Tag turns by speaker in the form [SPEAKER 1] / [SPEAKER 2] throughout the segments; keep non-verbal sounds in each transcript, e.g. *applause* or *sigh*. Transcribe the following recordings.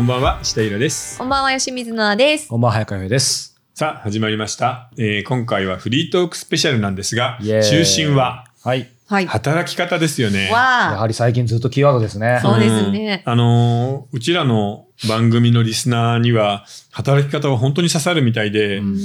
[SPEAKER 1] んばんは、下平です。
[SPEAKER 2] こんばんは、吉水奈々です。
[SPEAKER 3] こんばんは、早川由です。
[SPEAKER 1] さあ、始まりました、えー今回はフリートークスペシャルなんですが、
[SPEAKER 3] イエーイ
[SPEAKER 1] 中心は
[SPEAKER 3] はい。
[SPEAKER 2] はい。
[SPEAKER 1] 働き方ですよね。
[SPEAKER 3] や
[SPEAKER 2] わあ、
[SPEAKER 3] はり最近ずっとキーワードですね。
[SPEAKER 2] そうですね
[SPEAKER 1] うんあのーうちらの番組のリスナーには、働き方は本当に刺さるみたいで、
[SPEAKER 3] うん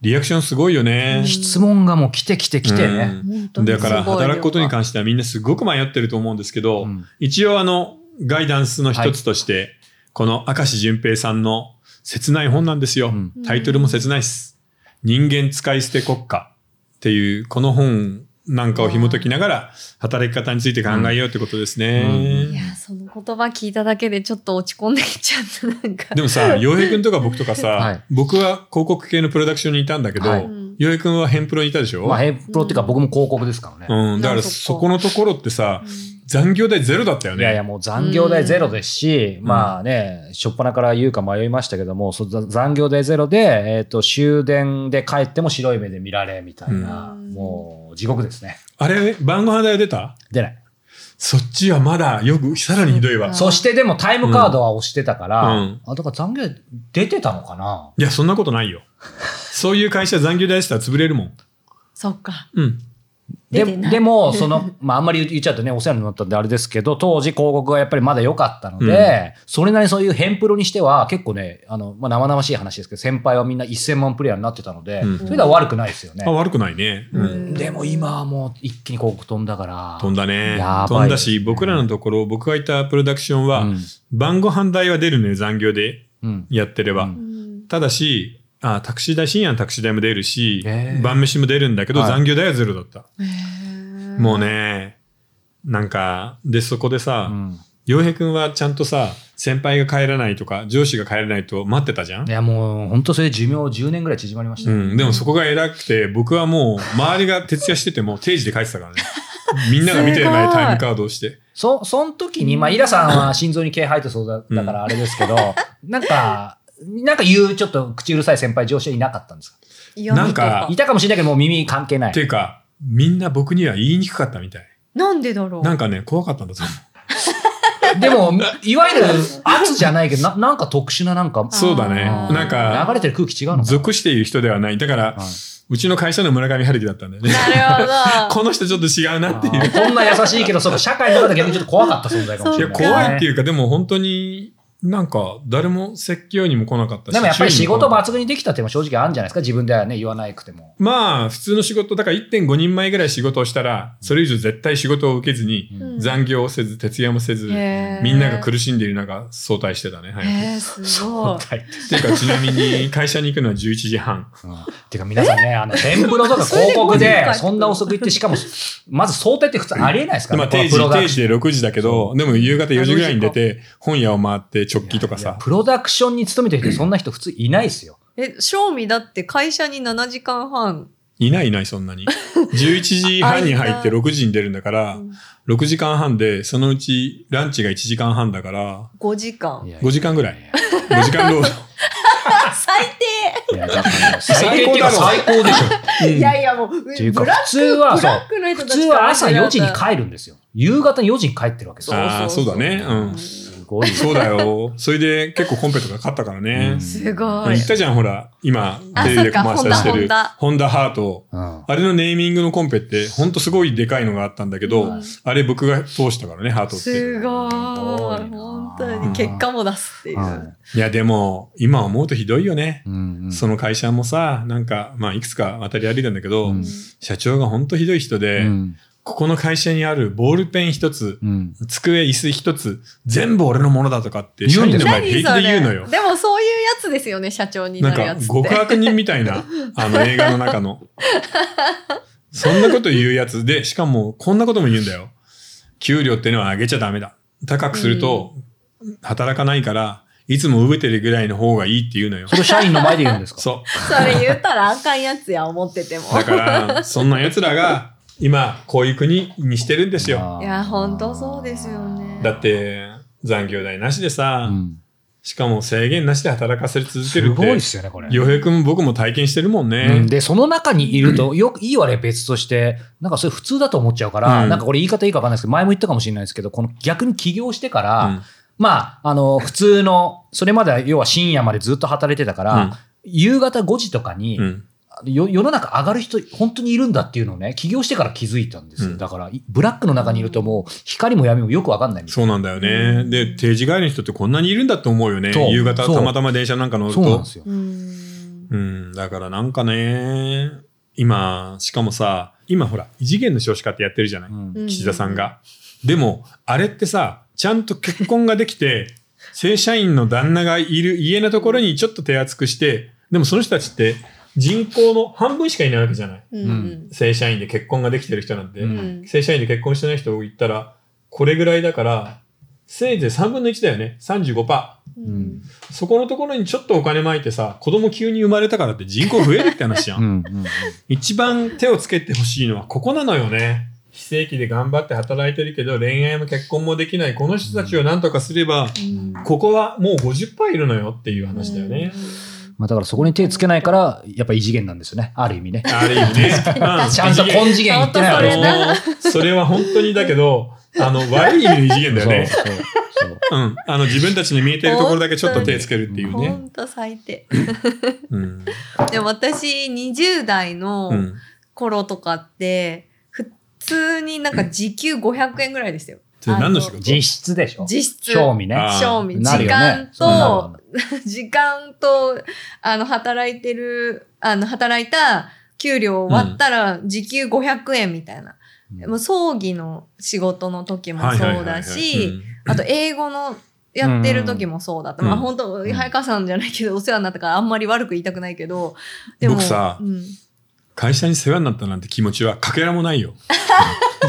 [SPEAKER 1] リアクションすごいよね。
[SPEAKER 3] 質問がもう来て来て来てね。
[SPEAKER 1] うん
[SPEAKER 2] 本当に
[SPEAKER 1] だから、
[SPEAKER 2] すごい
[SPEAKER 1] 働くことに関してはみんなすごく迷ってると思うんですけど、
[SPEAKER 3] うん
[SPEAKER 1] 一応あの、ガイダンスの一つとして、この明石淳平さんの切ない本なんですよ。
[SPEAKER 3] うん
[SPEAKER 1] タイトルも切ないっす。人間使い捨て国家っていう、この本なんかを紐解きながら、働き方について考えようってことですね。
[SPEAKER 2] いや、その言葉聞いただけでちょっと落ち込んできちゃった、なんか。
[SPEAKER 1] でもさ、洋平くんとか僕とかさ、
[SPEAKER 3] はい
[SPEAKER 1] 僕は広告系のプロダクションにいたんだけど、
[SPEAKER 3] はい
[SPEAKER 2] うん
[SPEAKER 1] 洋平くんはヘンプロにいたでしょ、
[SPEAKER 3] まあ、ヘイプロっていうか
[SPEAKER 2] うん
[SPEAKER 3] 僕も広告ですからね。
[SPEAKER 1] うん、だから
[SPEAKER 2] なんかそ
[SPEAKER 1] そ
[SPEAKER 2] っか
[SPEAKER 1] このところってさ、残業代ゼロだったよ
[SPEAKER 3] い
[SPEAKER 1] ね。
[SPEAKER 3] やいや、もう残業代ゼロですし、まあね、しょっぱなから言うか迷いましたけども、そ残業代ゼロで、えっと、終電で帰っても白い目で見られ、みたいな、
[SPEAKER 2] うん
[SPEAKER 3] もう地獄ですね。
[SPEAKER 1] あれ、晩ご飯代出た
[SPEAKER 3] 出ない。
[SPEAKER 1] そっちはまだよく、さらにひどいわ
[SPEAKER 2] うん。
[SPEAKER 3] そしてでもタイムカードは押してたから、
[SPEAKER 1] うん
[SPEAKER 3] あ、だから残業出てたのかない
[SPEAKER 1] や、そんなことないよ。そういう会社残業代したら潰れるもん。
[SPEAKER 2] そっか。
[SPEAKER 1] うん。
[SPEAKER 3] で
[SPEAKER 2] 出てない *laughs*
[SPEAKER 3] でも、その、まあ、あんまり言っちゃうとね、お世話になったんであれですけど、当時広告がやっぱりまだ良かったので、それなりにそういうヘンプロにしては、結構ね、あの、まあ、生々しい話ですけど、先輩はみんな1000万プレイヤーになってたので、
[SPEAKER 1] うん
[SPEAKER 3] それでは悪くないですよね
[SPEAKER 1] あ、。悪くないね。う。
[SPEAKER 2] うんん
[SPEAKER 3] でも今はもう一気に広告飛んだから。
[SPEAKER 1] 飛んだね
[SPEAKER 3] やば。い
[SPEAKER 1] 飛んだし、僕らのところ、僕がいたプロダクションは、
[SPEAKER 3] うん
[SPEAKER 1] 晩ご飯代は出るのよ、残業で
[SPEAKER 3] うん。
[SPEAKER 1] やってれば。
[SPEAKER 3] うん
[SPEAKER 2] うん
[SPEAKER 1] ただし、あ、タクシー代、深夜のタクシー代も出るし、
[SPEAKER 3] へー
[SPEAKER 1] 晩飯も出るんだけど、
[SPEAKER 3] はい
[SPEAKER 1] 残業代はゼロだった。
[SPEAKER 2] へー
[SPEAKER 1] もうね、なんか、で、そこでさ
[SPEAKER 3] う、ん
[SPEAKER 1] 洋平くんはちゃんとさ、先輩が帰らないとか、上司が帰らないと待ってたじゃん
[SPEAKER 3] いや、もう本当それ寿命10年ぐらい縮まりました
[SPEAKER 1] う
[SPEAKER 3] ね。
[SPEAKER 1] ん、でもそこが偉くて、僕はもう、周りが徹夜してても、定時で帰ってたから
[SPEAKER 2] *laughs*
[SPEAKER 1] ね。みんなが見てる前に
[SPEAKER 2] すごい
[SPEAKER 1] タイムカードをして。
[SPEAKER 3] そ、その時に、まあ、イラさんは心臓に毛生えてそうだだからあれです
[SPEAKER 1] *laughs*
[SPEAKER 3] けど、なんか、なんか言う、ちょっと口うるさい先輩上司はいなかったんですか
[SPEAKER 2] 嫌みと
[SPEAKER 1] なんか
[SPEAKER 3] *laughs* いたかもしれないけど、もう耳関係ない
[SPEAKER 1] って。いうか、みんな僕には言いにくかったみたい。
[SPEAKER 2] なんでだろう。
[SPEAKER 1] なんかね、怖かったんだと思
[SPEAKER 3] でも、いわゆる圧じゃないけど、ななんか特殊ななんか
[SPEAKER 1] う。、そうだね。
[SPEAKER 2] あ
[SPEAKER 3] ー
[SPEAKER 1] なんか、
[SPEAKER 3] 流れてる空気違うのかな
[SPEAKER 1] 属している人ではない。だから、
[SPEAKER 3] はいう
[SPEAKER 1] ちの会社の村上春樹だったんだよね。
[SPEAKER 2] なるほ
[SPEAKER 1] この人ちょっと違うなっていう。
[SPEAKER 3] こんな優しいけど、そうか、社会の中で逆にちょっと怖かった存在かもし
[SPEAKER 1] い
[SPEAKER 3] れ
[SPEAKER 1] や、
[SPEAKER 3] ない。
[SPEAKER 1] 怖いって
[SPEAKER 3] う。
[SPEAKER 1] いうか、でも本当に、なんか、誰も説教にも来なかったし。
[SPEAKER 3] でもやっぱり仕事
[SPEAKER 1] ば
[SPEAKER 3] 抜群にできたっていうのは正直あるんじゃないですか自分ではね、言わなくても。
[SPEAKER 1] まあ、普通の仕事、だから1.5人前ぐらい仕事をしたら、それ以上絶対仕事を受けずに、
[SPEAKER 2] ど。
[SPEAKER 1] 残業をせず、徹夜もせず、
[SPEAKER 2] へー
[SPEAKER 1] みんなが苦しんでいる中、早退してたね。はい。
[SPEAKER 2] へーすごい。
[SPEAKER 3] はい。
[SPEAKER 1] っていうか、ちなみに、会社に行くのは11時半。
[SPEAKER 3] うんてか皆さんね、あの、天ぷらとか広
[SPEAKER 2] *laughs*
[SPEAKER 3] 告
[SPEAKER 2] それで
[SPEAKER 3] で
[SPEAKER 2] こ、そ
[SPEAKER 3] そんな遅く行って、しかも、まず想定って普通ありえないですから
[SPEAKER 1] ま
[SPEAKER 3] ね。
[SPEAKER 1] あ、定時、
[SPEAKER 3] このプロダ
[SPEAKER 1] 定
[SPEAKER 3] クション
[SPEAKER 1] 時で6時だけど、でも夕方4時ぐらいに出て、本屋を回って直帰とか
[SPEAKER 3] いや
[SPEAKER 1] さ。
[SPEAKER 3] プロダクションに勤めてる人、そんな人普通いないですよ。
[SPEAKER 2] え、正味だって会社に7時間半。
[SPEAKER 1] いないいない、そんな
[SPEAKER 2] *laughs*
[SPEAKER 1] に。11時半に入って6時に出るんだから、6時間半で、そのうちランチが1時間半だから、
[SPEAKER 2] 5時間。
[SPEAKER 1] 5時間ぐらい。5時
[SPEAKER 2] *laughs*
[SPEAKER 1] 間労働。
[SPEAKER 2] 最
[SPEAKER 3] いや、だから最低っていう
[SPEAKER 1] *laughs*
[SPEAKER 3] か
[SPEAKER 1] 最
[SPEAKER 3] 最高でしょ。
[SPEAKER 2] 低いやいやもう、ブラ
[SPEAKER 3] ていうか
[SPEAKER 2] ック、
[SPEAKER 3] 普通はそう
[SPEAKER 2] ブラックの人
[SPEAKER 3] 普
[SPEAKER 2] たち
[SPEAKER 3] 通は朝4時に
[SPEAKER 2] る。
[SPEAKER 3] 帰るんですよ。夕方4時に帰ってるわけですよ。
[SPEAKER 1] ああ、
[SPEAKER 2] そ
[SPEAKER 1] そうう
[SPEAKER 2] そう
[SPEAKER 1] だね。うん。
[SPEAKER 3] すごいよ。
[SPEAKER 1] そうだよ。それで結構コンペとか勝ったからね。
[SPEAKER 3] うん
[SPEAKER 2] すごい
[SPEAKER 1] 言っ。たじゃん、ほら、今、
[SPEAKER 2] あ
[SPEAKER 1] テレビでコマーシャルして
[SPEAKER 2] そ
[SPEAKER 1] る
[SPEAKER 2] っか、
[SPEAKER 1] ホンダハート。
[SPEAKER 3] うん
[SPEAKER 1] あれのネーミングのコンペって、ほんとすごいでかいのがあったんだけど、
[SPEAKER 2] うん
[SPEAKER 1] あれ僕が通したからね、ハートって。
[SPEAKER 2] すごい。
[SPEAKER 3] すごいな
[SPEAKER 2] 本当に結果も出すっていう。
[SPEAKER 3] はい
[SPEAKER 1] や、でも、今思うとひどいよね。
[SPEAKER 3] いうんうん
[SPEAKER 1] その会社もさ、なんか、まあ、いくつか渡り歩いたんだけど、
[SPEAKER 3] うん
[SPEAKER 1] 社長がほんとひどい人で、
[SPEAKER 3] うん
[SPEAKER 1] ここの会社にあるボールペン一つ、
[SPEAKER 3] うん
[SPEAKER 1] 机、椅子一つ、全部俺のものだとかって、
[SPEAKER 3] 言
[SPEAKER 1] 社
[SPEAKER 3] うん
[SPEAKER 1] 員
[SPEAKER 3] です
[SPEAKER 1] の
[SPEAKER 3] か
[SPEAKER 1] 前で
[SPEAKER 2] 何
[SPEAKER 1] 平
[SPEAKER 2] そ
[SPEAKER 1] 気
[SPEAKER 2] れ
[SPEAKER 1] で言うのよ。
[SPEAKER 2] でもそういうやつですよね、社長に
[SPEAKER 1] な
[SPEAKER 2] なんるや
[SPEAKER 1] か
[SPEAKER 2] つって。
[SPEAKER 1] 極悪人みたいなあ
[SPEAKER 3] *laughs*
[SPEAKER 1] の映画の中のそんなこと言うやつでしかもこんなことも言うんだよ給料ってのは上げちゃダメだ高くすると働かないからいつも飢えてるぐらいの方がいいって言うのよ
[SPEAKER 3] それ社員の前で言うんですか
[SPEAKER 1] そ
[SPEAKER 2] それ言ったらあかんやつや、思ってても。
[SPEAKER 1] うだからそんな奴らが今こういう国にしてるんですよ
[SPEAKER 3] あー
[SPEAKER 2] いや、本当そうですよね。
[SPEAKER 1] だって残業代なしでさ、
[SPEAKER 3] うん
[SPEAKER 1] しかも制限なしで働かせ続け
[SPEAKER 3] す
[SPEAKER 1] るっ
[SPEAKER 3] ごい
[SPEAKER 1] て
[SPEAKER 3] ですよね、これ。
[SPEAKER 1] 洋平君も僕も体験してるもんね、
[SPEAKER 3] うん、で、その中にいると、よく、いいわれ別として、なんかそれ普通だと思っちゃうから、
[SPEAKER 1] うん
[SPEAKER 3] なんかこれ言い方いいかわかんないですけど、前も言ったかもしれないですけど、この逆に起業してから、
[SPEAKER 1] うん
[SPEAKER 3] まあ、あの、普通のそれまでは要は深夜までずっと働いてたから、
[SPEAKER 1] うん
[SPEAKER 3] 夕方5時とかに、
[SPEAKER 1] うん。
[SPEAKER 3] よ世の中上がる人、本当にいるんだっていうのをね、起業してから気づいたんですよ。
[SPEAKER 1] うん
[SPEAKER 3] だから、いブラックの中にいるともう、光も闇もよくわかんないみたい
[SPEAKER 1] そうなんだよね。で、定時帰りの人ってこんなにいるんだと思うよね。
[SPEAKER 3] そう
[SPEAKER 1] 夕方
[SPEAKER 3] そう
[SPEAKER 1] たまたま電車なんか乗
[SPEAKER 3] な。
[SPEAKER 1] る
[SPEAKER 3] そうなん
[SPEAKER 1] と
[SPEAKER 3] で。すよ。
[SPEAKER 2] うん。
[SPEAKER 1] うん、だからなんかね、今、しかもさ、今ほら、異次元の少子化ってやってるじゃない、
[SPEAKER 3] うん
[SPEAKER 2] うん
[SPEAKER 1] 岸田さんが。でも、あれってさ、ちゃんと結婚ができて、 *laughs* 正社員の旦那がいる家のところにちょっと手厚くして、でもその人たちって人口の半分しかいないわけじゃない
[SPEAKER 2] うん。
[SPEAKER 1] 正社員で結婚ができてる人なんて。
[SPEAKER 3] う
[SPEAKER 2] うんん。
[SPEAKER 1] 正社員で結婚してない人を言ったら、これぐらいだから、せいぜい3分の1だよね。35%。
[SPEAKER 2] うん。
[SPEAKER 1] そこのところにちょっとお金まいてさ、子供急に生まれたからって人口増えるって
[SPEAKER 3] *laughs*
[SPEAKER 1] 話じゃ。
[SPEAKER 3] うんんうん
[SPEAKER 1] 一番手をつけてほしいのはここなのよね。非正規で頑張って働いてるけど、恋愛も結婚もできないこの人たちを何とかすれば、ここはもう50%いるのよっていう話だよね。
[SPEAKER 3] まあ、だからそこに手つけないから、やっぱ異次元なんですよね。ある意味ね。
[SPEAKER 1] ある意味ね。うん
[SPEAKER 3] ちゃんと根次元いってないわ
[SPEAKER 1] あ
[SPEAKER 3] け
[SPEAKER 1] の
[SPEAKER 3] ですね。
[SPEAKER 1] ーそれは本当にだけど、あの、悪い意味の異次元だよね。
[SPEAKER 3] そうそうそう
[SPEAKER 1] うん。あの、自分たちの見えてるところだけちょっと手つけるっていう
[SPEAKER 2] ほ
[SPEAKER 1] ね。
[SPEAKER 2] んと最低。
[SPEAKER 1] うん。
[SPEAKER 2] でも私、20代の
[SPEAKER 1] うん。
[SPEAKER 2] 頃とかって、普通になんか時給500円ぐらいですよ。
[SPEAKER 1] それ何の仕事
[SPEAKER 3] 実質でしょ。
[SPEAKER 2] 実質。
[SPEAKER 3] 興味ね。
[SPEAKER 1] あー
[SPEAKER 2] 賞味。
[SPEAKER 3] なる
[SPEAKER 2] 時
[SPEAKER 3] よね
[SPEAKER 2] 間
[SPEAKER 3] そうなるよ
[SPEAKER 2] と
[SPEAKER 3] ね、
[SPEAKER 2] *laughs* 時間と、あの、働いてる、あの、働いた給料を割ったら、時給500円みたいな。もう葬儀の仕事の時もそうだし、、あと英語のやってる時もそうだった。
[SPEAKER 1] うん
[SPEAKER 2] まあ本当、早川さんじゃないけど、お世話になったからあんまり悪く言いたくないけど、でも。
[SPEAKER 1] 僕さ
[SPEAKER 2] うん
[SPEAKER 1] 会社に世話になったなんて気持ちはかけらもないよ。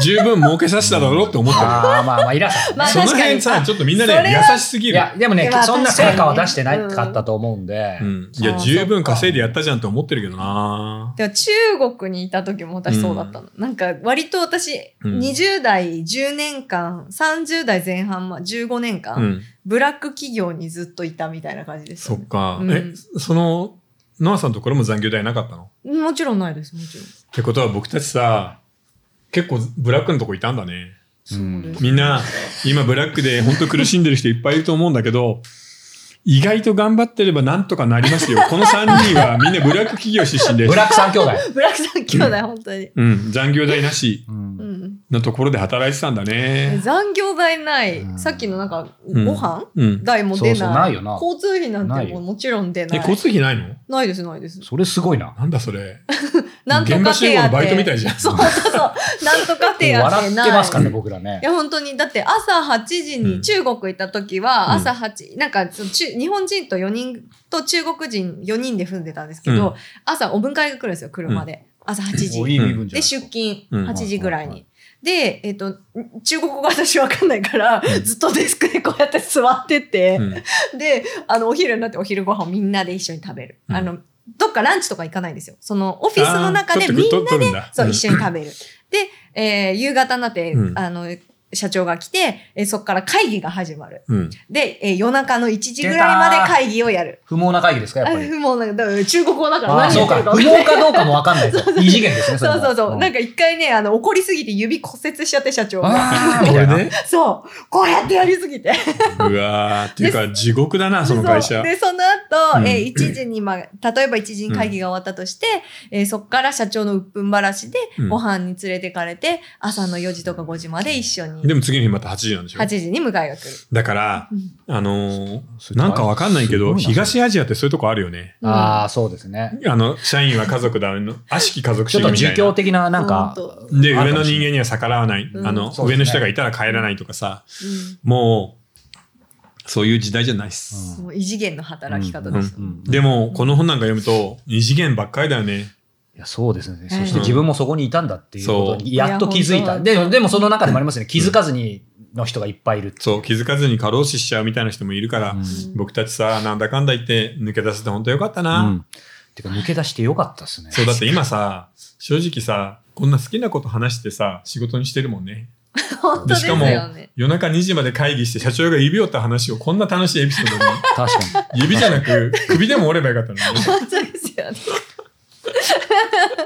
[SPEAKER 1] 十分儲けさせただろうって思ってる。
[SPEAKER 3] ああ、まあまあ、イラさん、ね。
[SPEAKER 2] まあ
[SPEAKER 1] その辺
[SPEAKER 2] 確か
[SPEAKER 1] さ、
[SPEAKER 2] に
[SPEAKER 1] ちょっとみんな
[SPEAKER 2] それ
[SPEAKER 1] ね、
[SPEAKER 2] は
[SPEAKER 1] 優しすぎ
[SPEAKER 3] い
[SPEAKER 1] る。
[SPEAKER 3] や、でも
[SPEAKER 2] い
[SPEAKER 3] ね
[SPEAKER 2] や、
[SPEAKER 3] そんな
[SPEAKER 2] 確か
[SPEAKER 3] 成
[SPEAKER 2] に
[SPEAKER 3] 果は出してないかったと思うんで。
[SPEAKER 1] うん、いや、
[SPEAKER 2] あー
[SPEAKER 1] 十分稼いでやったじゃんって思ってるけどな。
[SPEAKER 2] でも中国にいた時も私そうだったの。なんか割と私、
[SPEAKER 1] うん
[SPEAKER 2] 20代10年間、30代前半、ま、15年間、
[SPEAKER 1] うん、
[SPEAKER 2] ブラック企業にずっといたみたいな感じです
[SPEAKER 1] そ
[SPEAKER 2] よ
[SPEAKER 1] っ
[SPEAKER 2] ね。
[SPEAKER 1] か。
[SPEAKER 2] うん
[SPEAKER 1] え、その、ノアさんのところも残業代なかったの
[SPEAKER 2] もちろんないです、もちろ
[SPEAKER 1] *laughs*
[SPEAKER 2] ん。
[SPEAKER 1] ってことは僕たちさ、結構ブラックのとこいたんだね。
[SPEAKER 3] うん
[SPEAKER 1] みんな、今ブラックで本当苦しんでる人いっぱいいると思うんだけど、意外と頑張ってればなんとかなりますよ。この3人はみんなブラック企業出身で
[SPEAKER 3] ブ
[SPEAKER 1] す。
[SPEAKER 3] ラック三兄弟。
[SPEAKER 2] ブラックさん兄弟、本当に。
[SPEAKER 1] うん、残業代なし
[SPEAKER 3] うん
[SPEAKER 2] うん、
[SPEAKER 1] のところで働いてたんだね。
[SPEAKER 2] 残業代ない、
[SPEAKER 3] うん
[SPEAKER 2] さっきのなんか、
[SPEAKER 1] うん
[SPEAKER 2] ご飯
[SPEAKER 1] うん。
[SPEAKER 2] 代も出ない
[SPEAKER 3] そうそうないよな
[SPEAKER 2] 交通費なん
[SPEAKER 3] な
[SPEAKER 2] て
[SPEAKER 3] いよ
[SPEAKER 2] もうもちろん出な
[SPEAKER 1] え、
[SPEAKER 2] い。
[SPEAKER 1] 交通費ないの
[SPEAKER 2] ないです、ないです。
[SPEAKER 3] それすごいな。
[SPEAKER 1] なんだそれ。
[SPEAKER 2] なんと
[SPEAKER 1] 現場
[SPEAKER 2] か
[SPEAKER 1] 集
[SPEAKER 2] 手
[SPEAKER 1] 合
[SPEAKER 2] 当
[SPEAKER 1] の
[SPEAKER 2] て。
[SPEAKER 1] バイトみたいじゃん。
[SPEAKER 2] そうそうそう。なんとか手当てない。
[SPEAKER 3] 笑ってますからね、僕らね
[SPEAKER 2] い。や、本当に。だって朝8時
[SPEAKER 1] うん
[SPEAKER 2] に中国行った時
[SPEAKER 1] うん
[SPEAKER 2] は、朝8時、なんかその中、日本人と4人と中国人4人で住んでたんですけど、
[SPEAKER 1] うん
[SPEAKER 2] 朝お迎えが来るんですよ、車で。朝8
[SPEAKER 3] お
[SPEAKER 2] 時。
[SPEAKER 3] いい身分じ
[SPEAKER 2] で、
[SPEAKER 3] ゃない
[SPEAKER 2] 出勤
[SPEAKER 1] うん
[SPEAKER 2] 8時ぐらい
[SPEAKER 3] はい
[SPEAKER 2] に。で、えっと、中国語が私わかんないから、
[SPEAKER 1] うん
[SPEAKER 2] ずっとデスクでこうやって座ってて、
[SPEAKER 1] うん
[SPEAKER 2] で、あの、お昼になってお昼ご飯をみんなで一緒に食べる。
[SPEAKER 1] うん
[SPEAKER 2] あの、どっかランチとか行かないんですよ。その、オフィスの中
[SPEAKER 1] あ
[SPEAKER 2] で
[SPEAKER 1] ー
[SPEAKER 2] みん
[SPEAKER 1] 取っ
[SPEAKER 2] な
[SPEAKER 1] てく取
[SPEAKER 2] で
[SPEAKER 1] るんだ、
[SPEAKER 2] そう、
[SPEAKER 1] うん
[SPEAKER 2] 一緒に食
[SPEAKER 1] *laughs*
[SPEAKER 2] べる。で、えー夕方になって、
[SPEAKER 1] うん
[SPEAKER 2] あの、社長が来て、えーそこから会議が始まる。
[SPEAKER 1] うん。
[SPEAKER 2] で、えー夜中の1時ぐらいまで会議をやる。
[SPEAKER 3] 不毛な会議ですか、やっ
[SPEAKER 2] あ
[SPEAKER 3] ぱり。
[SPEAKER 2] *laughs* もうなんか、だから中国語だから
[SPEAKER 3] ああ、
[SPEAKER 2] 何
[SPEAKER 3] そ
[SPEAKER 2] や
[SPEAKER 3] う
[SPEAKER 2] って
[SPEAKER 3] か。
[SPEAKER 2] るか
[SPEAKER 3] 不
[SPEAKER 2] 分かん
[SPEAKER 3] 毛かどうかもわかんないですよ。異次元ですね、
[SPEAKER 2] そうそうそう。なん
[SPEAKER 3] か、
[SPEAKER 2] か一回ね、あの、怒りすぎて指骨折しちゃって社長が。
[SPEAKER 3] ああ、
[SPEAKER 1] こ
[SPEAKER 3] み
[SPEAKER 1] れ
[SPEAKER 3] たいな。
[SPEAKER 2] *laughs*
[SPEAKER 1] ね。
[SPEAKER 2] そう。こうやってやりすぎて。
[SPEAKER 1] うわー、っていうか地獄だな、その会社
[SPEAKER 2] う。で、その後、
[SPEAKER 1] うん
[SPEAKER 2] えー1時に、まあ、例えば1時に会議が終わったとして、えーそこから社長の鬱憤ばらしで
[SPEAKER 1] うん、
[SPEAKER 2] ご飯に連れてかれて、朝の4時とか5時まで一緒に、
[SPEAKER 1] でも次の日また8時なんでしょ
[SPEAKER 2] 8時に迎えが来る。
[SPEAKER 1] だから、
[SPEAKER 2] うん
[SPEAKER 1] あの
[SPEAKER 3] そ
[SPEAKER 1] ー
[SPEAKER 3] れ
[SPEAKER 1] なんかわかんないけ
[SPEAKER 3] すごい
[SPEAKER 1] ど、
[SPEAKER 3] な
[SPEAKER 1] 東アジアってそういうとこあるよね。
[SPEAKER 3] ああ、そうですね。
[SPEAKER 1] あの、社員は家族だ、
[SPEAKER 2] *laughs*
[SPEAKER 1] の悪しき家族
[SPEAKER 3] ち
[SPEAKER 1] 主
[SPEAKER 3] ょっと
[SPEAKER 1] 義みた
[SPEAKER 3] 儒
[SPEAKER 1] い
[SPEAKER 3] 教
[SPEAKER 1] な。
[SPEAKER 3] 的な、なんか。
[SPEAKER 2] ほんと
[SPEAKER 1] で、上の人間には逆らわない。
[SPEAKER 2] うん
[SPEAKER 1] あの、
[SPEAKER 3] そうで
[SPEAKER 1] 上
[SPEAKER 3] すね
[SPEAKER 1] の人がいたら帰らないとかさ、もう、そういう時代じゃないっす。
[SPEAKER 2] うんもう異次元の働き方でした。
[SPEAKER 3] うんうん
[SPEAKER 1] でも、この本なんか読むと、二次元ばっかりだよね。
[SPEAKER 3] いやそうですね、
[SPEAKER 2] ええ
[SPEAKER 3] そして自分もそこにいたんだっていうこと
[SPEAKER 1] そう
[SPEAKER 3] にやっと気づいた
[SPEAKER 2] いや本当
[SPEAKER 3] でもでもその中でもありますよね気づかずにの人がいっぱいいるって
[SPEAKER 1] そう、気づかずに過労死しちゃうみたいな人もいるから、
[SPEAKER 2] ん
[SPEAKER 1] 僕たちさ、なんだかんだ言って抜け出せて本当よかったな。
[SPEAKER 3] うんてか抜け出してよかったですね
[SPEAKER 1] そう、だって今さ、正直さ、こんな好きなこと話してさ、仕事にしてるもんね。
[SPEAKER 2] 本当ですよね。
[SPEAKER 1] 夜中2時まで会議して社長が指折った話をこんな楽しいエピソードに
[SPEAKER 3] *laughs* *laughs* 確かに
[SPEAKER 1] 指じゃなく首でも折ればよかったのにね
[SPEAKER 2] 本当ですよね。 *laughs*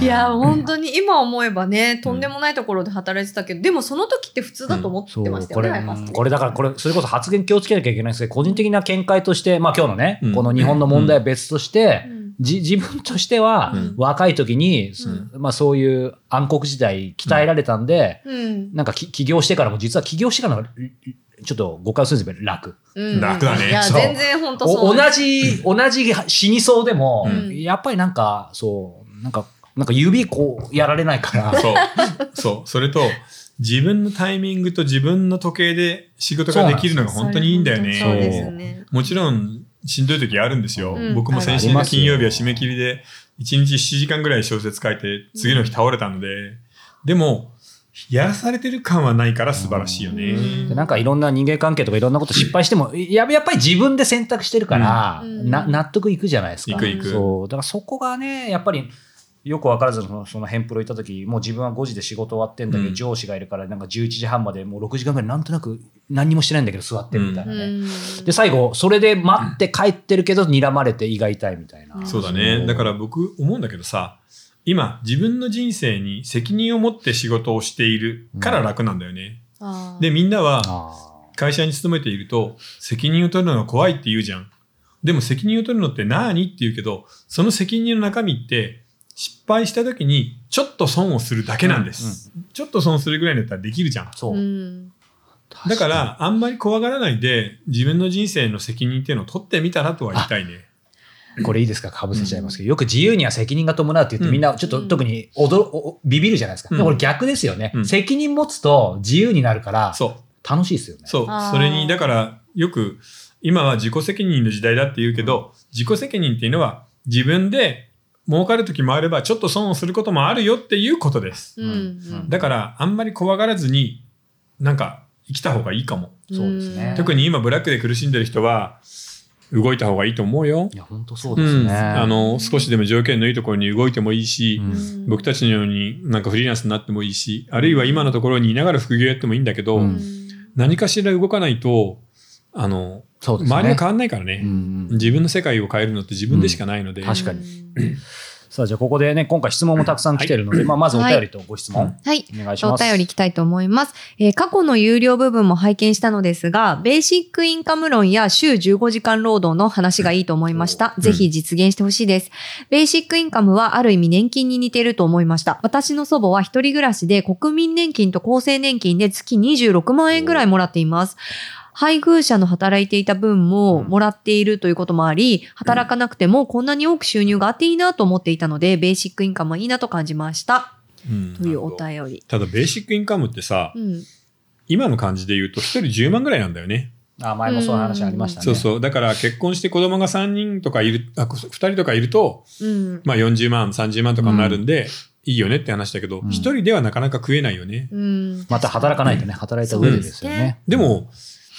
[SPEAKER 2] いや、本当に今思えばね、とんでもないところで働いてたけど、でもその時って普通だと思
[SPEAKER 3] そ
[SPEAKER 2] ってま
[SPEAKER 3] う
[SPEAKER 2] した
[SPEAKER 3] こ
[SPEAKER 2] よね、
[SPEAKER 3] れ
[SPEAKER 2] アイパスね
[SPEAKER 3] これだからこれそれこそ発言気をつけなきゃいけないんですけど個人的な見解として、まあ、今日のね、
[SPEAKER 1] うん
[SPEAKER 3] この日本の問題は別として、
[SPEAKER 2] うん
[SPEAKER 3] じ自分としては、
[SPEAKER 1] うん
[SPEAKER 3] 若い時に、
[SPEAKER 2] う
[SPEAKER 3] まあ、そういう暗黒時代鍛えられたんで、
[SPEAKER 2] うん。
[SPEAKER 3] なんかき起業してからも実は起業してからのちょっと誤解をするんですよ楽。
[SPEAKER 2] うん。
[SPEAKER 1] 楽だね
[SPEAKER 2] いや、
[SPEAKER 3] そう
[SPEAKER 2] 全然本当そ
[SPEAKER 3] お
[SPEAKER 2] う。
[SPEAKER 3] 同じ、同じ死にそうでも、
[SPEAKER 2] うん
[SPEAKER 3] やっぱりなんか、そう、なんか、なんか指こうやられないから、
[SPEAKER 1] そう。そう。それと、自分のタイミングと自分の時計で仕事ができるのが本当にいいんだよね。
[SPEAKER 2] そうですね。
[SPEAKER 1] もちろん、しんどい時あるんですよ。
[SPEAKER 2] うん
[SPEAKER 1] 僕も先
[SPEAKER 3] あ
[SPEAKER 1] 週
[SPEAKER 3] り
[SPEAKER 1] の
[SPEAKER 3] ますよ
[SPEAKER 1] 金曜日は締め切りで、1日7時間ぐらい小説書いて、次の日倒れたので、でも、やらされてる感はないから素晴らしいよね。
[SPEAKER 2] うん
[SPEAKER 3] でなんかいろんな人間関係とかいろんなこと失敗しても、ややっぱり自分で選択してるから、
[SPEAKER 2] うん
[SPEAKER 3] な納得いくじゃないです
[SPEAKER 1] い
[SPEAKER 3] か。
[SPEAKER 1] くいく
[SPEAKER 3] そう。だからそこがね、やっぱり、よく分からずその、そのヘンプロ行った時、もう自分は5時で仕事終わってんだけど、
[SPEAKER 1] うん
[SPEAKER 3] 上司がいるから、なんか11時半まで、もう6時間ぐらいなんとなく何にもしてないんだけど、座ってるみたいなね。
[SPEAKER 2] うん
[SPEAKER 3] で、最後、それで待って帰ってるけど、睨まれて胃が痛いみたいな。、
[SPEAKER 1] そうだね。だからら僕思うんだけどさ、今自分の人生に責任を持って仕事をしているから楽なんだよね。
[SPEAKER 2] あー
[SPEAKER 1] で、みんなは
[SPEAKER 3] あー
[SPEAKER 1] 会社に勤めていると責任を取るのが怖いって言うじゃん。でも責任を取るのって何って言うけど、その責任の中身って失敗した時にちょっと損をするだけなんです。ちょっと損するぐらいだったらできるじゃん。
[SPEAKER 3] そうう。
[SPEAKER 2] ん。
[SPEAKER 1] だからあんまり怖がらないで自分の人生の責任っていうのを取ってみたらとは言いたいね。
[SPEAKER 3] これいいですかかぶせちゃいますけど、よく自由には責任が伴うって言って、みんなちょっと
[SPEAKER 2] うん
[SPEAKER 3] 特に驚、おおビビるじゃないですか。
[SPEAKER 1] うん
[SPEAKER 3] でもこれ逆ですよね、
[SPEAKER 1] うん
[SPEAKER 3] 責任持つと自由になるから、
[SPEAKER 1] そう。
[SPEAKER 3] 楽しいですよね。
[SPEAKER 1] そう
[SPEAKER 2] あー、
[SPEAKER 1] それに、だから、よく、今は自己責任の時代だって言うけど、自己責任っていうのは、自分で儲かる時もあれば、ちょっと損をすることもあるよっていうことです。
[SPEAKER 2] うん。
[SPEAKER 3] うん
[SPEAKER 1] だから、あんまり怖がらずに、なんか、生きた方がいいかも。
[SPEAKER 3] そうですね
[SPEAKER 2] ん
[SPEAKER 1] 特に今、ブラックで苦しんでる人は、動いた方がいいと思うよ
[SPEAKER 3] い。や、本当そう
[SPEAKER 1] う
[SPEAKER 3] です
[SPEAKER 1] ん。
[SPEAKER 3] ね。
[SPEAKER 1] あの、少しでも条件のいいところに動いてもいいし、
[SPEAKER 3] うん
[SPEAKER 2] うん
[SPEAKER 1] 僕たちのようになんかフリーランスになってもいいし、あるいは今のところにいながら副業やってもいいんだけど、
[SPEAKER 3] う
[SPEAKER 2] うん
[SPEAKER 3] ん
[SPEAKER 1] 何かしら動かないと、あの、
[SPEAKER 3] そうですね。
[SPEAKER 1] 周りは変わんないから
[SPEAKER 3] う
[SPEAKER 1] ね、
[SPEAKER 3] んうん
[SPEAKER 1] 自分の世界を変えるのって自分でしかないので、
[SPEAKER 3] うん確かに。さあ、じゃあここでね、今回質問もたくさん来てるので、まあ、まずお便りとご質問、
[SPEAKER 2] はい。
[SPEAKER 3] お願いし
[SPEAKER 2] お
[SPEAKER 3] ます。
[SPEAKER 2] 便りいきたいと思います、えー過去の有料部分も拝見したのですが、ベーシックインカム論や週15時間労働の話がいいと思いました。
[SPEAKER 1] ん
[SPEAKER 2] ぜひ実現してほしいです。ベーシックインカムはある意味年金に似てると思いました。私の祖母は一人暮らしで国民年金と厚生年金で月26万円ぐらいもらっています。配偶者の働いていた分ももらっているということもあり、働かなくてもこんなに多く収入があっていいなと思っていたので、ベーシックインカムはいいなと感じました。
[SPEAKER 1] うん
[SPEAKER 2] というお便り。
[SPEAKER 1] ただベーシックインカムってさ、
[SPEAKER 2] うん。
[SPEAKER 1] 今の感じで言うと1人10万ぐらいなんだよね
[SPEAKER 3] あ前もそういう話ありましたね。
[SPEAKER 1] そうそうだから結婚して子供が3人とかいるあ2人とかいると、
[SPEAKER 2] うん。
[SPEAKER 1] まあ、40万30万とかになるんで、いいよねって話だけど、
[SPEAKER 3] うん
[SPEAKER 1] 1人ではなかなか食えないよね
[SPEAKER 2] うん。
[SPEAKER 3] また働かないとね、働いた上でですよね。
[SPEAKER 1] で、も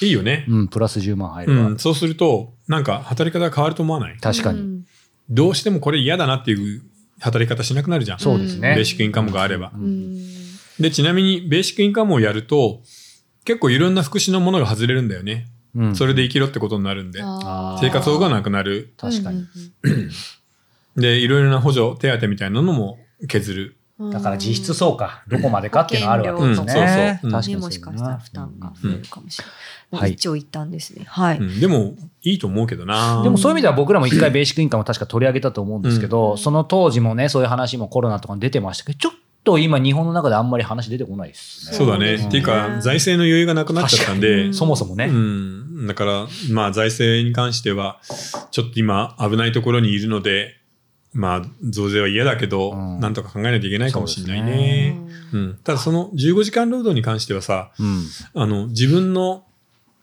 [SPEAKER 1] いいよね、
[SPEAKER 3] うん、プラス10万入
[SPEAKER 1] う
[SPEAKER 3] れば。
[SPEAKER 1] ん、そうするとなんか働き方が変わると思わない
[SPEAKER 3] 確かに、
[SPEAKER 2] うん
[SPEAKER 1] どうしてもこれ嫌だなっていう働き方しなくなるじゃん
[SPEAKER 3] そうですね。
[SPEAKER 1] ベーシックインカムがあれば
[SPEAKER 3] う
[SPEAKER 2] うんん。
[SPEAKER 1] で、ちなみに、ベーシックインカムをやると、結構いろんな福祉のものが外れるんだよね。
[SPEAKER 3] うん
[SPEAKER 1] それで生きろってことになるんで。
[SPEAKER 3] あー
[SPEAKER 1] 生活保護がなくなる。
[SPEAKER 3] 確かに。
[SPEAKER 1] で、いろいろな補助、手当みたいなのも削る。
[SPEAKER 2] に
[SPEAKER 3] だから実質そうか、どこまでかっていうのはあるわけです
[SPEAKER 1] う
[SPEAKER 3] ね。
[SPEAKER 1] んそうそううん
[SPEAKER 3] 確か
[SPEAKER 2] ね、
[SPEAKER 3] にそうだな
[SPEAKER 2] もしかしたら負担が
[SPEAKER 1] う
[SPEAKER 2] 増
[SPEAKER 1] ん
[SPEAKER 2] えるかもしれ
[SPEAKER 3] うん
[SPEAKER 2] な。
[SPEAKER 3] はいい
[SPEAKER 2] 一応一旦ですね。はい。
[SPEAKER 1] うんでも、いいと思うけどな
[SPEAKER 3] でもそういう意味では僕らも一回ベーシックインカムを確か取り上げたと思うんですけど、
[SPEAKER 2] うん
[SPEAKER 3] その当時もね、そういう話もコロナとかに出てましたけど、ちょっと今日本の中であんまり話出てこないですね。
[SPEAKER 1] そうだ
[SPEAKER 2] そう
[SPEAKER 1] ね。
[SPEAKER 2] ですね
[SPEAKER 1] っていうか、財政の余裕がなくなっちゃったんで、
[SPEAKER 2] 確
[SPEAKER 3] そもそもね。
[SPEAKER 1] うん。だから、まあ、財政に関しては、ちょっと今、危ないところにいるので、まあ、増税は嫌だけど、
[SPEAKER 3] うん
[SPEAKER 1] なんとか考えないといけないかもしれない
[SPEAKER 3] そうです
[SPEAKER 1] ね。うん、ただ、その15時間労働に関してはさ、
[SPEAKER 3] うん
[SPEAKER 1] あの、自分の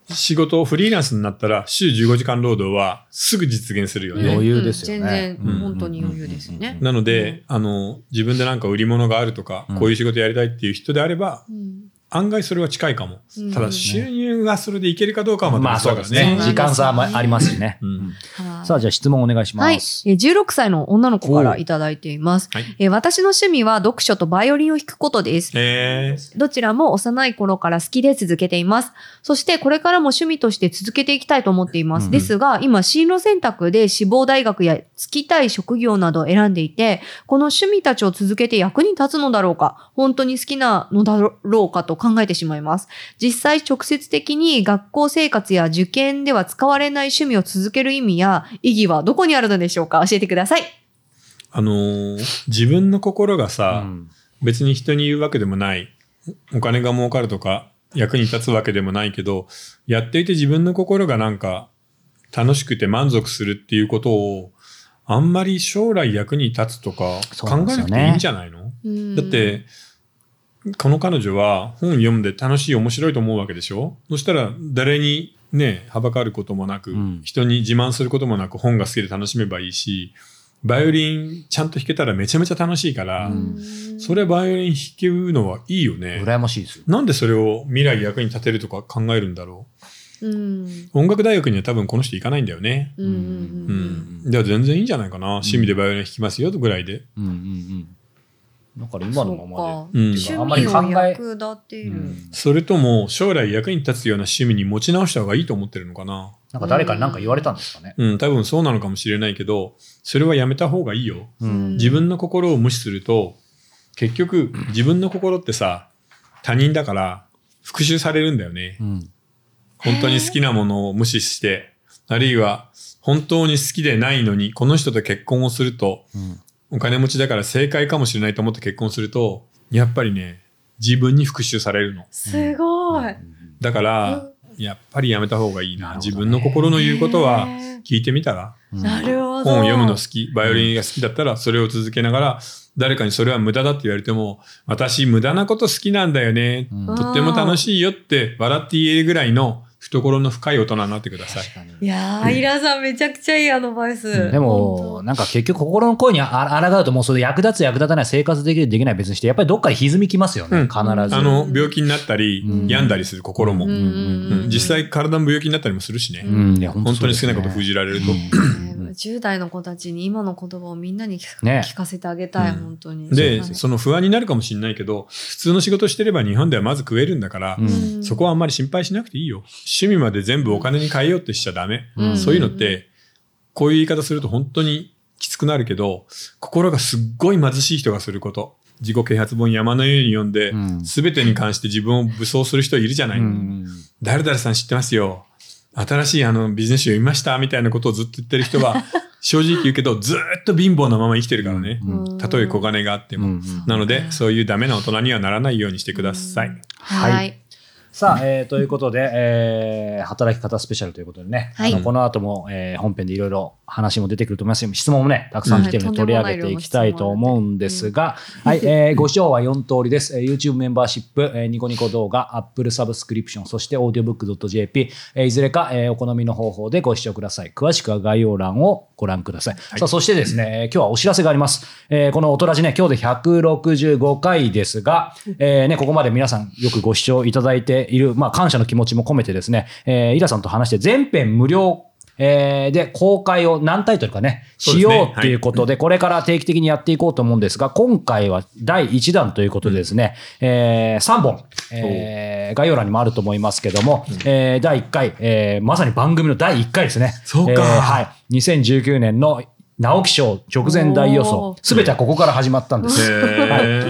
[SPEAKER 1] 仕事をフリーランスになったら、週15時間労働はすぐ実現するよね。
[SPEAKER 3] 余裕ですよね
[SPEAKER 2] 全然
[SPEAKER 1] うん
[SPEAKER 2] 本当に余裕ですよね。
[SPEAKER 1] なので、あの、自分でなんか売り物があるとか、
[SPEAKER 3] うん
[SPEAKER 1] こういう仕事やりたいっていう人であれば、
[SPEAKER 2] うん
[SPEAKER 1] 案外それは近いかも
[SPEAKER 2] うん。
[SPEAKER 1] ただ収入がそれでいけるかどうかは
[SPEAKER 3] ま
[SPEAKER 1] ま
[SPEAKER 3] あ
[SPEAKER 1] た
[SPEAKER 3] そう
[SPEAKER 1] 別
[SPEAKER 3] で
[SPEAKER 1] だか
[SPEAKER 3] す
[SPEAKER 1] ら
[SPEAKER 3] ね
[SPEAKER 1] ね。。
[SPEAKER 3] 時間差もありますしね。
[SPEAKER 1] うん
[SPEAKER 2] はい
[SPEAKER 3] さあ、じゃあ質問お願いし
[SPEAKER 2] はい、え
[SPEAKER 3] ます。
[SPEAKER 2] ー16歳の女の子からいただいています、
[SPEAKER 1] はい
[SPEAKER 2] えー私の趣味は読書とバイオリンを弾くことです。
[SPEAKER 1] えー
[SPEAKER 2] どちらも幼い頃から好きで続けています。そしてこれからも趣味として続けていきたいと思っています。
[SPEAKER 3] うん
[SPEAKER 2] ですが、今進路選択で志望大学や就きたい職業などを選んでいて、この趣味たちを続けて役に立つのだろうか、本当に好きなのだろうかと考えてしまいます。実際直接的に学校生活や受験では使われない趣味を続ける意味や意義はどこにあるのでしょうか教えてください。
[SPEAKER 1] あのー自分の心が
[SPEAKER 3] う
[SPEAKER 1] さ、
[SPEAKER 3] ん
[SPEAKER 1] 別に人に言うわけでもない。お金が儲かるとか、役に立つわけでもないけど、やっていて自分の心がなんか、楽しくて満足するっていうことを、あんまり将来役に立つとか、
[SPEAKER 3] そうな
[SPEAKER 1] 考
[SPEAKER 3] んで
[SPEAKER 1] え
[SPEAKER 3] すよ
[SPEAKER 1] なく
[SPEAKER 3] ね
[SPEAKER 1] ていいんじゃないの、だって、この彼女は本読んで楽しい面白いと思うわけでしょそしたら誰にね、はばかることもなく、
[SPEAKER 3] うん
[SPEAKER 1] 人に自慢することもなく本が好きで楽しめばいいし、バイオリンちゃんと弾けたらめちゃめちゃ楽しいから、
[SPEAKER 3] うん
[SPEAKER 1] それバイオリン弾けるのはいいよね。
[SPEAKER 3] 羨ましいですよ。
[SPEAKER 1] なんでそれを未来役に立てるとか考えるんだろ
[SPEAKER 2] うん
[SPEAKER 1] う音楽大学には多分この人行かないんだよね。
[SPEAKER 2] うんうんう
[SPEAKER 1] う
[SPEAKER 2] んうん
[SPEAKER 1] ん。じゃあ全然いいんじゃないかな。趣味でバイオリン弾きますよぐらいで。
[SPEAKER 3] うんうんうん。だから今のまま
[SPEAKER 2] そうか
[SPEAKER 1] うん
[SPEAKER 3] あんまり考え
[SPEAKER 2] 趣味を役立て
[SPEAKER 3] で。う
[SPEAKER 2] る。
[SPEAKER 3] ん
[SPEAKER 1] それとも将来役に立つような趣味に持ち直した方がいいと思ってるのかな。
[SPEAKER 3] なんか誰かに何か言われたんですかね。
[SPEAKER 1] うん、多分そうなのかもしれないけど、それはやめた方がいいよ。
[SPEAKER 2] ん
[SPEAKER 3] うん
[SPEAKER 1] 自分の心を無視すると、結局自分の心ってさ、他人だから復讐されるんだよね。
[SPEAKER 3] うん
[SPEAKER 1] 本当に好きなものを無視して、あるいは本当に好きでないのに、この人と結婚をすると、
[SPEAKER 3] うん
[SPEAKER 1] お金持ちだから正解かもしれないと思って結婚すると、やっぱりね、自分に復讐されるの。
[SPEAKER 2] すごい。
[SPEAKER 1] だから、やっぱりやめた方がいいな。
[SPEAKER 3] なるほどね
[SPEAKER 1] 自分の心の言うことは
[SPEAKER 2] ね
[SPEAKER 1] 聞いてみたら、
[SPEAKER 3] うん
[SPEAKER 2] なるほど。
[SPEAKER 1] 本を読むの好き、バイオリンが好きだったら、それを続けながら、誰かにそれは無駄だって言われても、私無駄なこと好きなんだよね。
[SPEAKER 3] うん
[SPEAKER 2] うん
[SPEAKER 1] とっても楽しいよって笑って言えるぐらいの懐の深い大人になってください。
[SPEAKER 2] いやー、イラさんめちゃくちゃいいアドバイス。
[SPEAKER 3] で
[SPEAKER 2] 本
[SPEAKER 3] も、なんか結局心の声にあらがうと、もうそれ役立つ役立たない生活できるできない別にして、やっぱりどっかに歪みきますよ
[SPEAKER 1] う
[SPEAKER 3] ね、
[SPEAKER 1] ん
[SPEAKER 3] 必ず
[SPEAKER 1] あ。の、病気になったり
[SPEAKER 3] う、ん
[SPEAKER 1] 病んだりする心も。
[SPEAKER 2] 当
[SPEAKER 1] う
[SPEAKER 2] うんんうんうん
[SPEAKER 1] 実際体の病気になったりもするし
[SPEAKER 3] う
[SPEAKER 1] ね。
[SPEAKER 3] んいや本
[SPEAKER 1] 本当に好きなこと
[SPEAKER 3] 不
[SPEAKER 1] 封
[SPEAKER 3] 自
[SPEAKER 1] じられると。
[SPEAKER 2] ね10代の子たちに今の言葉をみんなに聞か,、
[SPEAKER 3] ね
[SPEAKER 2] 聞かせてあげたい、
[SPEAKER 1] うん
[SPEAKER 2] 本当に。
[SPEAKER 1] で、
[SPEAKER 2] はい
[SPEAKER 1] その不安になるかもしれないけど、普通の仕事してれば日本ではまず食えるんだから、
[SPEAKER 3] うん
[SPEAKER 1] そこはあんまり心配しなくていいよ。趣味まで全部お金に変えようってしちゃダメ。
[SPEAKER 3] うん
[SPEAKER 1] そういうのって、こういう言い方すると本当にきつくなるけど、心がすっごい貧しい人がすること。自己啓発本山のように読んで、
[SPEAKER 3] うん
[SPEAKER 1] 全てに関して自分を武装する人いるじゃない。
[SPEAKER 3] うん
[SPEAKER 1] 誰々さん知ってますよ。新しいあのビジネス誌読みましたみたいなことをずっと言ってる人
[SPEAKER 3] *laughs*
[SPEAKER 1] は、正直言うけど、ずーっと貧乏なまま生きてるからね。
[SPEAKER 3] うん
[SPEAKER 1] たとえ小金があって
[SPEAKER 3] う
[SPEAKER 1] も。
[SPEAKER 3] ん
[SPEAKER 1] なので、そういうダメな大人にはならないようにしてください。
[SPEAKER 2] はい。
[SPEAKER 3] はいさあ、えーということで、えー働き方スペシャルということでね、
[SPEAKER 2] はい
[SPEAKER 3] あのこの後も、えー本編でいろいろ話も出てくると思いますし質問もね、たくさん来てるので、
[SPEAKER 2] うん
[SPEAKER 3] 取り上げていきたいと思うんですが、はい、えーご視聴は4通りです。えー YouTube メンバーシップ、えーニコニコ動画、Apple サブスクリプション、そして audiobook.jp、えーいずれか、えーお好みの方法でご視聴ください。詳しくは概要欄をご覧ください。さあ、そしてですね、えー今日はお知らせがあります。えーこのおとらじね、今日で165回ですが、えーね、ここまで皆さんよくご視聴いただいている、まあ、感謝の気持ちも込めてですね、えーイラさんと話して全編無料えーで、公開を何タイトルかね、
[SPEAKER 1] そう
[SPEAKER 3] し
[SPEAKER 1] ですね
[SPEAKER 3] ようっていうことで、これから定期的にやっていこうと思うんですが、今回は第1弾ということでですね、え3本、えー概要欄にもあると思いますけども、えー第1回、えーまさに番組の第1回ですね。
[SPEAKER 1] そうか
[SPEAKER 3] えーはい。2019年の直木賞直前大予想
[SPEAKER 2] おー、
[SPEAKER 3] すべてはここから始まったんです。
[SPEAKER 1] へ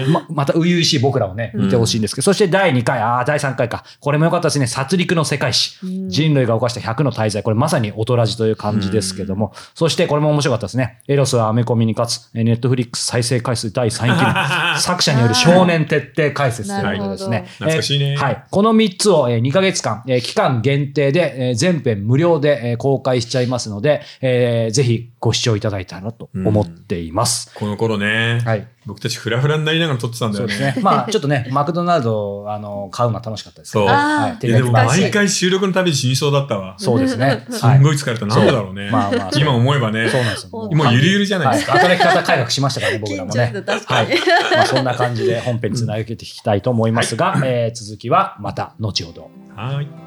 [SPEAKER 1] ー
[SPEAKER 3] ままた初々しい僕らをね、見てほしいんですけど、そして第2回、ああ、第3回か。これも良かったですね。殺戮の世界史。人類が犯した100の大罪。これまさに大人じという感じですけども。そしてこれも面白かったですね。エロスはアメコミに勝つ。えネットフリックス再生回数第3
[SPEAKER 2] *laughs*
[SPEAKER 3] 期。作者による少年徹底解説ということです
[SPEAKER 2] な
[SPEAKER 3] ね
[SPEAKER 2] るほど。
[SPEAKER 1] 懐かしいね
[SPEAKER 3] えーはい。この3つを、え2ヶ月間、えー期間限定で、えー全編無料で、えー公開しちゃいますので、えーぜひご視聴いただいて。いたいなと思っています。
[SPEAKER 1] この頃ね、
[SPEAKER 3] はい。
[SPEAKER 1] 僕たちフラフラになりながら撮ってたんだ
[SPEAKER 3] そ
[SPEAKER 1] よ
[SPEAKER 3] うで
[SPEAKER 1] ね。
[SPEAKER 3] す
[SPEAKER 1] *laughs*
[SPEAKER 3] ね。まあ、ちょっとね、マクドナルド、あの、買うのは楽しかったですけど。
[SPEAKER 1] そう
[SPEAKER 3] はい
[SPEAKER 2] あー
[SPEAKER 1] いやでも
[SPEAKER 2] 懐かしい
[SPEAKER 1] 毎回収録のたびに死にそうだったわ。す
[SPEAKER 3] そうですね。
[SPEAKER 1] ん
[SPEAKER 3] はい。
[SPEAKER 1] ごい疲れた。なんでだろうね。
[SPEAKER 3] まあまあ、
[SPEAKER 1] 今思えばね、
[SPEAKER 3] そうなんですよ。もう
[SPEAKER 1] もうゆるゆるじゃないですか。
[SPEAKER 3] はい働き方改革しましたからね、僕ら
[SPEAKER 2] 緊張
[SPEAKER 3] も
[SPEAKER 2] し
[SPEAKER 3] ね。
[SPEAKER 2] た、確かに。
[SPEAKER 3] まあ、そんな感じで本編につなげていきたいと思いますが、えー続きはまた後ほど。
[SPEAKER 1] はーい。